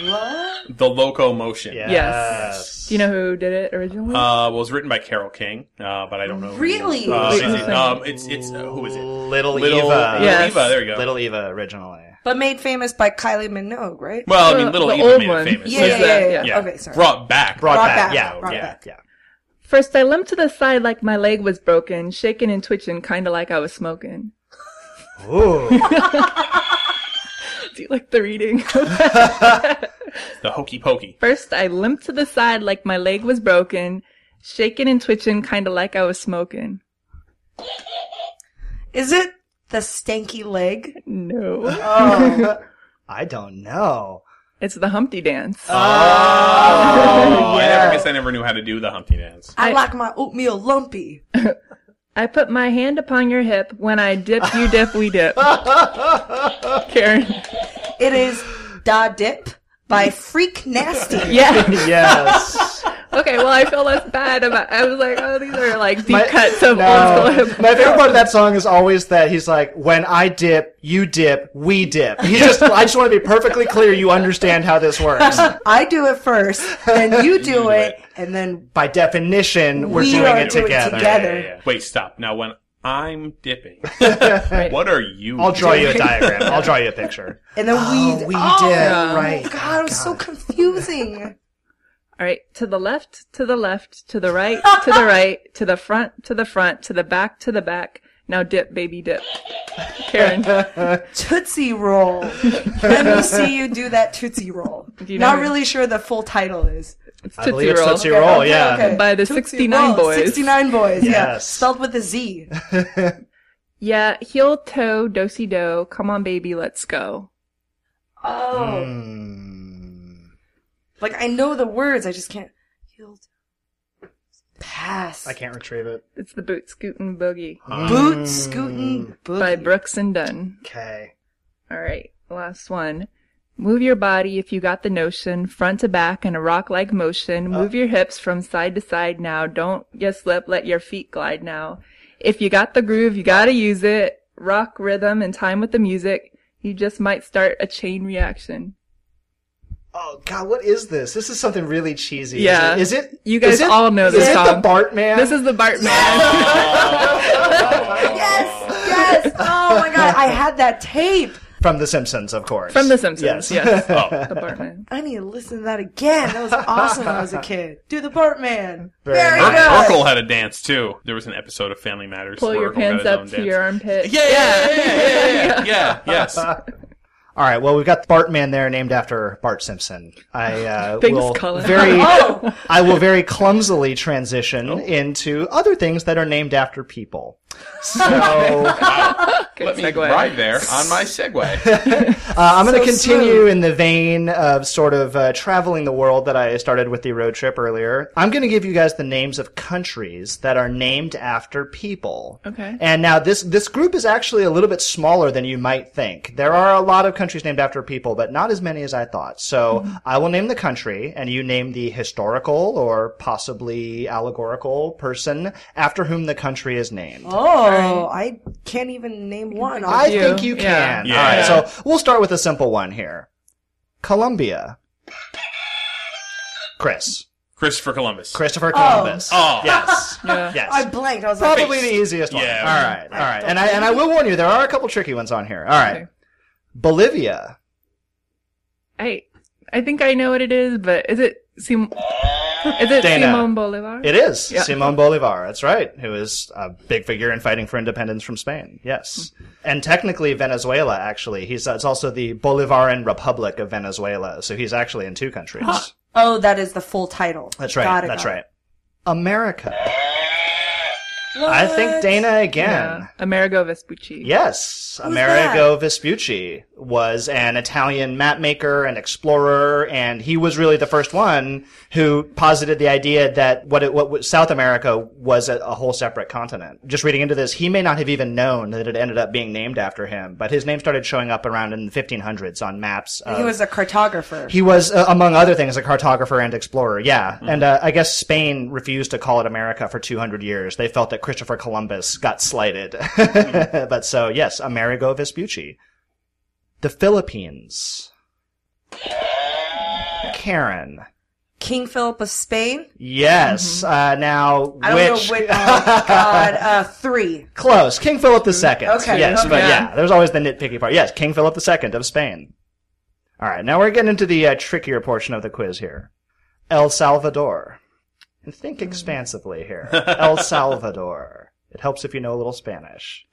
Speaker 1: What?
Speaker 4: The Locomotion.
Speaker 3: Yes.
Speaker 2: Yes. Do you know who did it originally?
Speaker 4: Uh, well, it's written by Carol King, uh, but I don't know. who-
Speaker 1: Really?
Speaker 4: Uh,
Speaker 2: Wait,
Speaker 4: is
Speaker 2: who's
Speaker 4: it-
Speaker 2: that?
Speaker 4: um, it's it's uh, who is it?
Speaker 3: Little,
Speaker 4: Little
Speaker 3: Eva.
Speaker 4: Little
Speaker 2: Yes.
Speaker 4: Eva. There you go.
Speaker 3: Little Eva originally.
Speaker 1: But made famous by Kylie Minogue, right?
Speaker 4: well, Oh, I
Speaker 2: The-
Speaker 4: mean, Little
Speaker 2: the
Speaker 4: Eva
Speaker 2: old
Speaker 4: made
Speaker 2: one.
Speaker 4: it famous.
Speaker 1: yeah,
Speaker 2: was
Speaker 1: yeah, yeah,
Speaker 2: that, yeah.
Speaker 1: yeah. Okay, sorry.
Speaker 4: Brought back.
Speaker 3: Brought,
Speaker 1: Brought
Speaker 3: back.
Speaker 1: back,
Speaker 3: Yeah.
Speaker 1: brought
Speaker 3: yeah.
Speaker 1: back.
Speaker 3: Yeah.
Speaker 2: First, I limped to the side like my leg was broken, shaking and twitching, kinda like I was smoking.
Speaker 3: Ooh.
Speaker 2: Do you like the reading?
Speaker 4: The Hokey Pokey.
Speaker 2: First, I limped to the side like my leg was broken, shaking and twitching, kinda like I was smoking.
Speaker 1: Is it the stanky leg?
Speaker 2: No.
Speaker 1: Oh.
Speaker 3: I don't know.
Speaker 2: It's the Humpty Dance.
Speaker 3: Ah.
Speaker 4: Oh, I never
Speaker 3: yeah.
Speaker 4: Oh, guess I never knew how to do the Humpty Dance.
Speaker 1: I,
Speaker 2: I-
Speaker 1: like my oatmeal lumpy.
Speaker 2: I put my hand upon your hip. When I dip, you dip, we dip. Karen.
Speaker 1: It is Da Dip by Freak Nasty.
Speaker 2: Yeah.
Speaker 3: Oh, Yes.
Speaker 2: Okay, well, I feel less bad about I was like, oh, these are like deep
Speaker 3: My-
Speaker 2: cuts of
Speaker 3: No.
Speaker 2: old school hip
Speaker 3: My favorite part of that song is always that he's like, "When I dip, you dip, we dip." He just, I just want to be perfectly clear. You understand how this works.
Speaker 1: I do it first, then you do it, and then
Speaker 3: By definition, we're
Speaker 1: We
Speaker 3: doing
Speaker 1: are
Speaker 3: it
Speaker 1: doing it
Speaker 3: together.
Speaker 1: together.
Speaker 4: Wait, stop. Now, when I'm dipping,
Speaker 2: Right.
Speaker 4: what are you?
Speaker 3: I'll draw you a
Speaker 4: doing?
Speaker 3: diagram. I'll draw you a picture.
Speaker 1: and then we.
Speaker 3: we
Speaker 1: oh,
Speaker 3: did, right.
Speaker 1: Oh God, it was so confusing.
Speaker 2: All right, to the left, to the left, to the right, to the right, to the front, to the front, to the back, to the back. Now dip, baby, dip. Karen,
Speaker 1: Tootsie roll. Let me see you do that Tootsie roll.
Speaker 2: you know
Speaker 1: Not
Speaker 2: her?
Speaker 1: really sure the full title is.
Speaker 2: it's
Speaker 3: I believe
Speaker 2: Tootsie
Speaker 3: it's
Speaker 2: Roll.
Speaker 3: Tootsie Roll.
Speaker 1: okay,
Speaker 3: yeah.
Speaker 1: okay.
Speaker 2: By the
Speaker 1: Tootsie
Speaker 2: 69
Speaker 1: Roll,
Speaker 2: Boys.
Speaker 1: 69 boys, yeah.
Speaker 3: Yes.
Speaker 1: Spelled with a Z.
Speaker 2: Yeah, heel toe, dosey do. Come on, baby, let's go.
Speaker 1: Oh.
Speaker 3: Mm. Hmm.
Speaker 1: Like, I know the words, I just can't. Yield. Pass.
Speaker 3: I can't retrieve it.
Speaker 2: It's the boot scootin' boogie
Speaker 1: Boot
Speaker 3: Mm.
Speaker 1: scootin' boogie.
Speaker 2: by Brooks and Dunn.
Speaker 3: Okay.
Speaker 2: All right, last one. Move your body if you got the notion, front to back in a rock like motion. Move your hips from side to side now. Don't you slip, let your feet glide now. If you got the groove, you gotta use it. Rock rhythm and time with the music. You just might start a chain reaction.
Speaker 3: Oh God, what is this? This is something really cheesy.
Speaker 2: Yeah.
Speaker 3: Is it?
Speaker 2: You guys
Speaker 3: is it-
Speaker 2: all know
Speaker 3: is
Speaker 2: this
Speaker 3: it
Speaker 2: song.
Speaker 3: the Bartman?
Speaker 2: This is the Bart Man.
Speaker 1: Yes! Yes! Oh my god, I had that tape!
Speaker 3: from The Simpsons, of course.
Speaker 2: From The Simpsons, yes.
Speaker 4: Oh,
Speaker 2: The Bart Man.
Speaker 1: I need to listen to that again. That was awesome when I was a kid. Do the Bartman.
Speaker 3: Very
Speaker 1: Very
Speaker 3: nice.
Speaker 1: good.
Speaker 4: Urkel had a dance too. There was an episode of Family Matters.
Speaker 2: Pull
Speaker 4: where
Speaker 2: your
Speaker 4: Urkel had
Speaker 2: pants
Speaker 4: his
Speaker 2: up
Speaker 4: own
Speaker 2: to
Speaker 4: dance.
Speaker 2: your armpit.
Speaker 4: Yeah, yeah, yeah, yeah, yeah, yeah, yeah, yes.
Speaker 3: All right. Well, we've got Bartman there, named after Bart Simpson. I uh,
Speaker 2: Thanks,
Speaker 3: will
Speaker 2: Colin. Oh.
Speaker 3: very, I will very clumsily transition into other things that are named after people. So uh,
Speaker 2: Good
Speaker 4: Let me
Speaker 2: segue.
Speaker 4: ride there on my Segway.
Speaker 3: I'm going to
Speaker 1: So
Speaker 3: continue
Speaker 1: smooth.
Speaker 3: in the vein of sort of uh, traveling the world that I started with the road trip earlier. I'm going to give you guys the names of countries that are named after people.
Speaker 2: Okay.
Speaker 3: And now this this group is actually a little bit smaller than you might think. There are a lot of countries named after people, but not as many as I thought. So
Speaker 1: Mm-hmm.
Speaker 3: I will name the country, and you name the historical or possibly allegorical person after whom the country is named.
Speaker 1: Oh, I can't even name one.
Speaker 3: I
Speaker 2: You.
Speaker 3: think you
Speaker 2: Yeah.
Speaker 3: can.
Speaker 4: Yeah.
Speaker 3: All right,
Speaker 4: Yeah.
Speaker 3: so we'll start with a simple one here. Colombia. Chris.
Speaker 4: Christopher Columbus.
Speaker 3: Christopher Columbus.
Speaker 4: Oh.
Speaker 3: Yes.
Speaker 2: Yeah.
Speaker 3: Yes.
Speaker 1: I blanked. I was like,
Speaker 3: Probably the easiest one.
Speaker 4: Yeah.
Speaker 3: All right. All right. And I and I will warn you, there are a couple tricky ones on here. All right.
Speaker 2: Okay.
Speaker 3: Bolivia.
Speaker 2: I I think I know what it is, but is it Sim- is it
Speaker 3: Dana.
Speaker 2: Simon Bolivar?
Speaker 3: It is
Speaker 2: Yeah.
Speaker 3: Simon Bolivar. That's right. Who is a big figure in fighting for independence from Spain. Yes. And technically Venezuela. Actually, he's it's also the Bolivaran Republic of Venezuela. So he's actually in two countries.
Speaker 1: oh, that is the full title.
Speaker 3: That's right.
Speaker 1: Got it,
Speaker 3: That's
Speaker 1: got it.
Speaker 3: right. America. I think Dana again.
Speaker 2: Yeah. Amerigo Vespucci.
Speaker 3: Yes,
Speaker 1: Who's
Speaker 3: Amerigo Vespucci was an Italian mapmaker and explorer, and he was really the first one who posited the idea that what, it, what was- South America was a, a whole separate continent. Just reading into this, he may not have even known that it ended up being named after him, but his name started showing up around in the 1500s on maps. Of,
Speaker 1: He was a cartographer.
Speaker 3: Uh, he was, uh, among other things, a cartographer and explorer. Yeah,
Speaker 1: Mm-hmm.
Speaker 3: and uh, I guess Spain refused to call it America for 200 years. They felt that Christopher Columbus got slighted.
Speaker 1: Mm-hmm.
Speaker 3: but so yes, Amerigo Vespucci, the Philippines, Karen.
Speaker 1: King Philip of Spain.
Speaker 3: Yes. Uh, now,
Speaker 1: Mm-hmm. I don't
Speaker 3: which
Speaker 1: know which. Oh, God, uh, three.
Speaker 3: close? King Philip II.
Speaker 1: Okay,
Speaker 3: Yes, but
Speaker 2: okay.
Speaker 3: yeah, there's always the nitpicky part. Yes, King Philip II of Spain. All right, now we're getting into the uh, trickier portion of the quiz here. El Salvador. And think
Speaker 1: Hmm.
Speaker 3: expansively here. El Salvador. It helps if you know a little Spanish.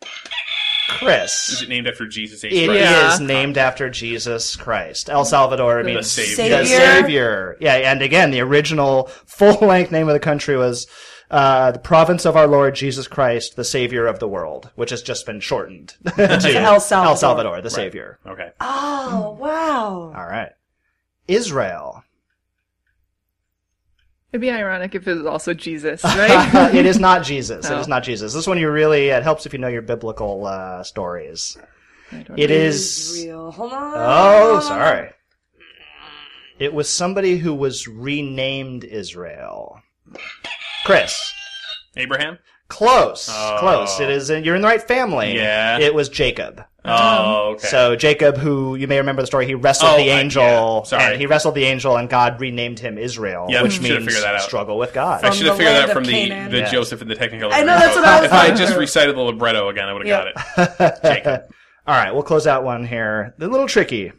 Speaker 4: Is
Speaker 3: Chris.
Speaker 4: it named after Jesus H.
Speaker 3: It is
Speaker 4: Christ?
Speaker 2: Yeah.
Speaker 3: named after Jesus Christ. El Salvador means
Speaker 4: Savior.
Speaker 3: the Savior. Yeah, and again, the original full-length name of the country was uh, the province of our Lord Jesus Christ, the Savior of the world, which has just been shortened to
Speaker 1: El Salvador.
Speaker 3: El Salvador, the Savior.
Speaker 4: Okay.
Speaker 1: Oh wow.
Speaker 3: All right, Israel.
Speaker 2: It'd be ironic if it was also Jesus, right?
Speaker 3: Uh, it is not Jesus. It
Speaker 2: No.
Speaker 3: is not Jesus. This one you really it helps if you know your biblical uh, stories. It is.
Speaker 1: Real. Hold on.
Speaker 3: Oh, sorry. It was somebody who was renamed Israel. Chris,
Speaker 4: Abraham?
Speaker 3: close, close. It is. You're in the right family.
Speaker 4: Oh. Yeah.
Speaker 3: It was Jacob.
Speaker 4: Oh, okay.
Speaker 3: So Jacob, who you may remember the story, he wrestled
Speaker 4: Oh,
Speaker 3: the
Speaker 4: right,
Speaker 3: angel.
Speaker 4: yeah. Sorry.
Speaker 3: And he wrestled the angel, and God renamed him Israel,
Speaker 4: Yeah,
Speaker 3: which
Speaker 4: we should've
Speaker 3: means
Speaker 4: figured that out.
Speaker 3: struggle with God.
Speaker 4: I should
Speaker 1: the
Speaker 4: have
Speaker 1: land
Speaker 4: figured that out
Speaker 1: of
Speaker 4: from the,
Speaker 1: Canaan.
Speaker 4: the
Speaker 3: Yeah.
Speaker 4: Joseph and the Technicolor.
Speaker 1: I know, that's what I was
Speaker 4: If I had
Speaker 1: thinking.
Speaker 4: just recited the libretto again, I would have
Speaker 1: Yeah.
Speaker 4: got it. Jacob.
Speaker 3: All right, we'll close out one here. A little tricky.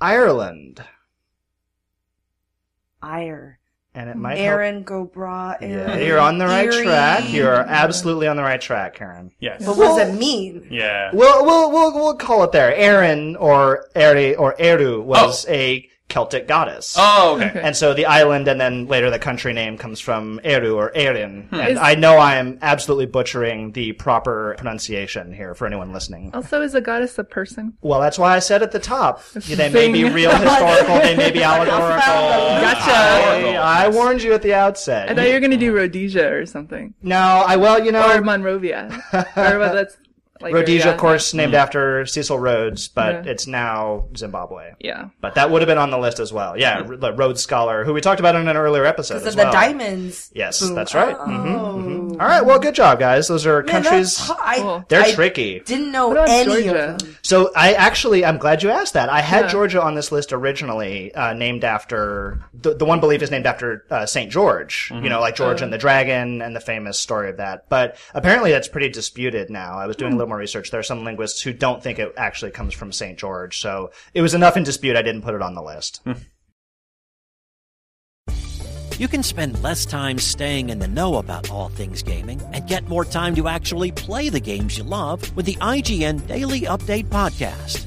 Speaker 3: Ireland,
Speaker 1: Ire.
Speaker 3: and it might. help-
Speaker 1: Aaron Gobra.
Speaker 3: Yeah,
Speaker 1: Aaron.
Speaker 3: you're on the right
Speaker 1: Erie.
Speaker 3: track. You're absolutely on the right track, Karen.
Speaker 4: Yes.
Speaker 1: But what does it mean?
Speaker 4: Yeah.
Speaker 3: We'll we'll we'll, we'll call it there. Erin or Eri or Eru was a Celtic goddess.
Speaker 4: Oh, okay.
Speaker 3: And so the island and then later the country name comes from Eru or Erin.
Speaker 4: Hmm.
Speaker 3: And I know I am absolutely butchering the proper pronunciation here for anyone listening.
Speaker 2: Also, is a goddess a person?
Speaker 3: Well, that's why I said at the top, they may be
Speaker 2: Thing.
Speaker 3: real historical, they may be allegorical.
Speaker 2: Gotcha.
Speaker 3: I, I warned you at the outset.
Speaker 2: I thought you were gonna do Rhodesia or something,
Speaker 3: no, I well, you know,
Speaker 2: or Monrovia, or what? That's later,
Speaker 3: Rhodesia,
Speaker 2: yeah.
Speaker 3: of course, named
Speaker 1: Mm.
Speaker 3: after Cecil Rhodes, but
Speaker 2: Yeah.
Speaker 3: it's now Zimbabwe.
Speaker 2: Yeah.
Speaker 3: But that would have been on the list as well. Yeah, R- the Rhodes Scholar, who we talked about in an earlier episode.
Speaker 1: Because of
Speaker 3: As
Speaker 1: the
Speaker 3: well.
Speaker 1: diamonds.
Speaker 3: Yes,
Speaker 1: Boom.
Speaker 3: that's right.
Speaker 1: Oh.
Speaker 3: Mhm, All right, well, good job, guys. Those are
Speaker 1: Man,
Speaker 3: countries.
Speaker 1: that's- I,
Speaker 2: Cool.
Speaker 3: They're
Speaker 1: I
Speaker 3: tricky.
Speaker 1: Didn't know
Speaker 2: What about
Speaker 1: Oh, any
Speaker 2: Georgia?
Speaker 1: of them.
Speaker 3: So I actually, I'm glad you asked that. I had Georgia on this list originally, uh, named after the, the one belief is named after uh, Saint George.
Speaker 2: Mm-hmm.
Speaker 3: You know, like George and the Dragon and the famous story of that. But apparently, that's pretty disputed now. I was
Speaker 2: Hmm.
Speaker 3: doing a little more research. There are some linguists who don't think it actually comes from Saint George. So it was enough in dispute. I didn't put it on the list.
Speaker 2: Hmm.
Speaker 7: You can spend less time staying in the know about all things gaming and get more time to actually play the games you love with the IGN Daily Update Podcast.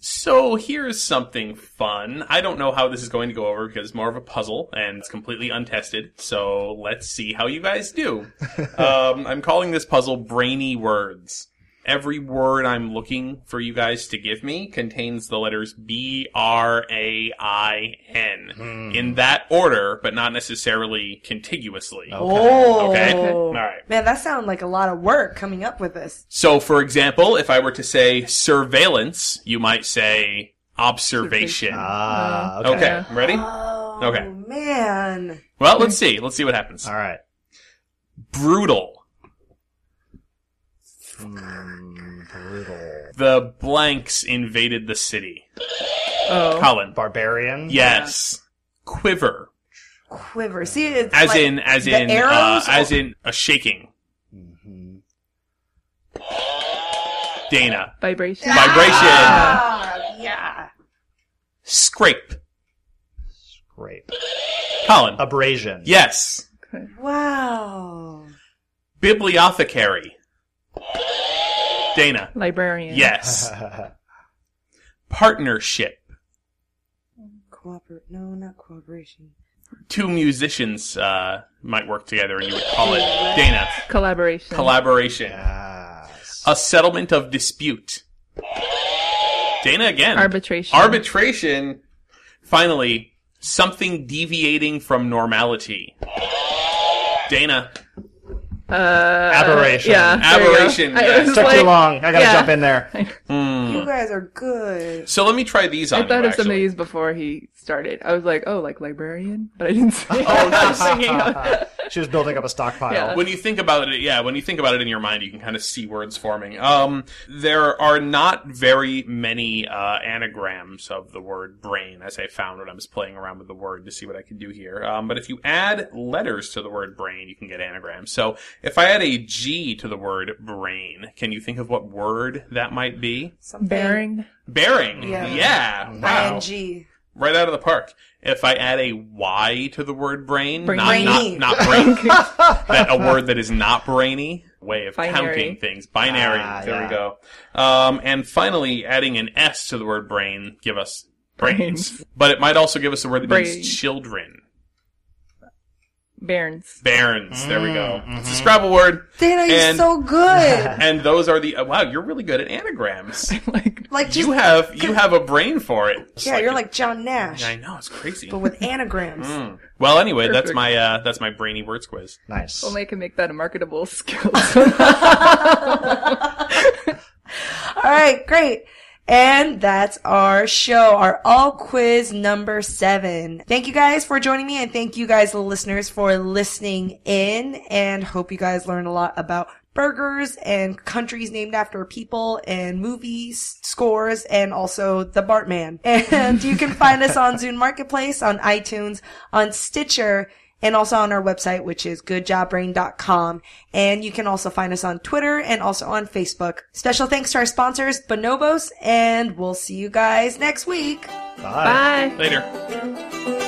Speaker 4: So here's something fun. I don't know how this is going to go over because it's more of a puzzle and it's completely untested. So let's see how you guys do. um, I'm calling this puzzle Brainy Words. Every word I'm looking for you guys to give me contains the letters B R A I N in that order, but not necessarily contiguously.
Speaker 1: Oh.
Speaker 4: Okay? All right.
Speaker 1: Man, that sounds like a lot of work coming up with this.
Speaker 4: So, for example, if I were to say surveillance, you might say observation.
Speaker 3: Ah, okay.
Speaker 4: Okay, ready?
Speaker 1: Oh,
Speaker 4: Okay.
Speaker 1: man.
Speaker 4: Well, let's see. Let's see what happens.
Speaker 3: All right.
Speaker 4: Brutal.
Speaker 3: Hmm, Brutal.
Speaker 4: The blanks invaded the city.
Speaker 2: Oh.
Speaker 4: Colin.
Speaker 3: Barbarian.
Speaker 4: Yes. Quiver.
Speaker 1: Quiver. See, it's
Speaker 4: As
Speaker 1: like
Speaker 4: in, as
Speaker 1: the
Speaker 4: in, uh,
Speaker 1: arrows
Speaker 4: as in a shaking.
Speaker 3: Mm-hmm.
Speaker 4: Dana.
Speaker 2: Vibration.
Speaker 4: Vibration.
Speaker 1: Ah, yeah.
Speaker 4: Scrape.
Speaker 3: Grape.
Speaker 4: Colin.
Speaker 3: Abrasion.
Speaker 4: Yes.
Speaker 1: Wow.
Speaker 4: Bibliothecary. Dana.
Speaker 2: Librarian.
Speaker 4: Yes. Partnership.
Speaker 1: Cooperate. No, not cooperation.
Speaker 4: Two musicians uh, might work together, and you would call it Dana
Speaker 2: Collaboration.
Speaker 4: collaboration.
Speaker 3: Yes.
Speaker 4: A settlement of dispute. Dana again.
Speaker 2: Arbitration.
Speaker 4: Arbitration. Finally, something deviating from normality. Dana.
Speaker 3: Aberration.
Speaker 2: yeah. there you go.
Speaker 4: Aberration,
Speaker 2: I- it
Speaker 4: yes.
Speaker 2: was
Speaker 3: Took too
Speaker 2: like-
Speaker 3: long. I gotta
Speaker 2: yeah.
Speaker 3: jump in there.
Speaker 4: Hmm.
Speaker 1: You guys are good.
Speaker 4: So let me try these on
Speaker 2: I thought
Speaker 4: you,
Speaker 2: of some of
Speaker 4: actually.
Speaker 2: these before he started. I was like, oh, like librarian, but I didn't say. Oh, I was thinking of-
Speaker 3: She was building up a stockpile.
Speaker 2: Yeah.
Speaker 4: When you think about it, yeah, when you think about it in your mind, you can kind of see words forming. Um, there are not very many uh, anagrams of the word brain, as I found when I was playing around with the word to see what I could do here. Um, but if you add letters to the word brain, you can get anagrams. So if I add a G to the word brain, can you think of what word that might be?
Speaker 1: Something.
Speaker 2: Bearing.
Speaker 4: Bearing.
Speaker 1: Yeah.
Speaker 4: Yeah. Wow.
Speaker 1: ING.
Speaker 4: right out of the park. If I add a Y to the word brain,
Speaker 2: Brain-
Speaker 4: not,
Speaker 1: brainy.
Speaker 4: not not brain, that a word that is not brainy way of
Speaker 2: Binary.
Speaker 4: counting things. Binary.
Speaker 3: Ah,
Speaker 4: there
Speaker 3: yeah.
Speaker 4: we go. Um, and finally, adding an S to the word brain give us brains, but it might also give us a word that
Speaker 2: Brain.
Speaker 4: means children.
Speaker 2: Bairns.
Speaker 4: Bairns. There we go.
Speaker 3: Mm, mm-hmm.
Speaker 4: It's a Scrabble word.
Speaker 1: Dana, you're
Speaker 4: And-
Speaker 1: so good.
Speaker 4: And those are the uh, wow. You're really good at anagrams.
Speaker 2: like
Speaker 1: Like just,
Speaker 4: you have you have a brain for it. It's
Speaker 1: yeah, you're like John Nash,
Speaker 4: I know it's crazy.
Speaker 1: but with anagrams.
Speaker 4: Hmm. Well, anyway, that's
Speaker 2: Perfect.
Speaker 4: my uh, that's my brainy words quiz.
Speaker 3: Nice.
Speaker 2: only I can make that a marketable skill.
Speaker 1: All right, great. And that's our show, our all quiz number seven. Thank you guys for joining me and thank you guys, the listeners, for listening in and hope you guys learned a lot about burgers and countries named after people and movies, scores, and also the Bartman. And you can find us on Zune Marketplace, on iTunes, on Stitcher, and also on our website, which is goodjobbrain.com. And you can also find us on Twitter and also on Facebook. Special thanks to our sponsors, Bonobos, and we'll see you guys next week.
Speaker 3: Bye.
Speaker 2: Bye.
Speaker 4: Later.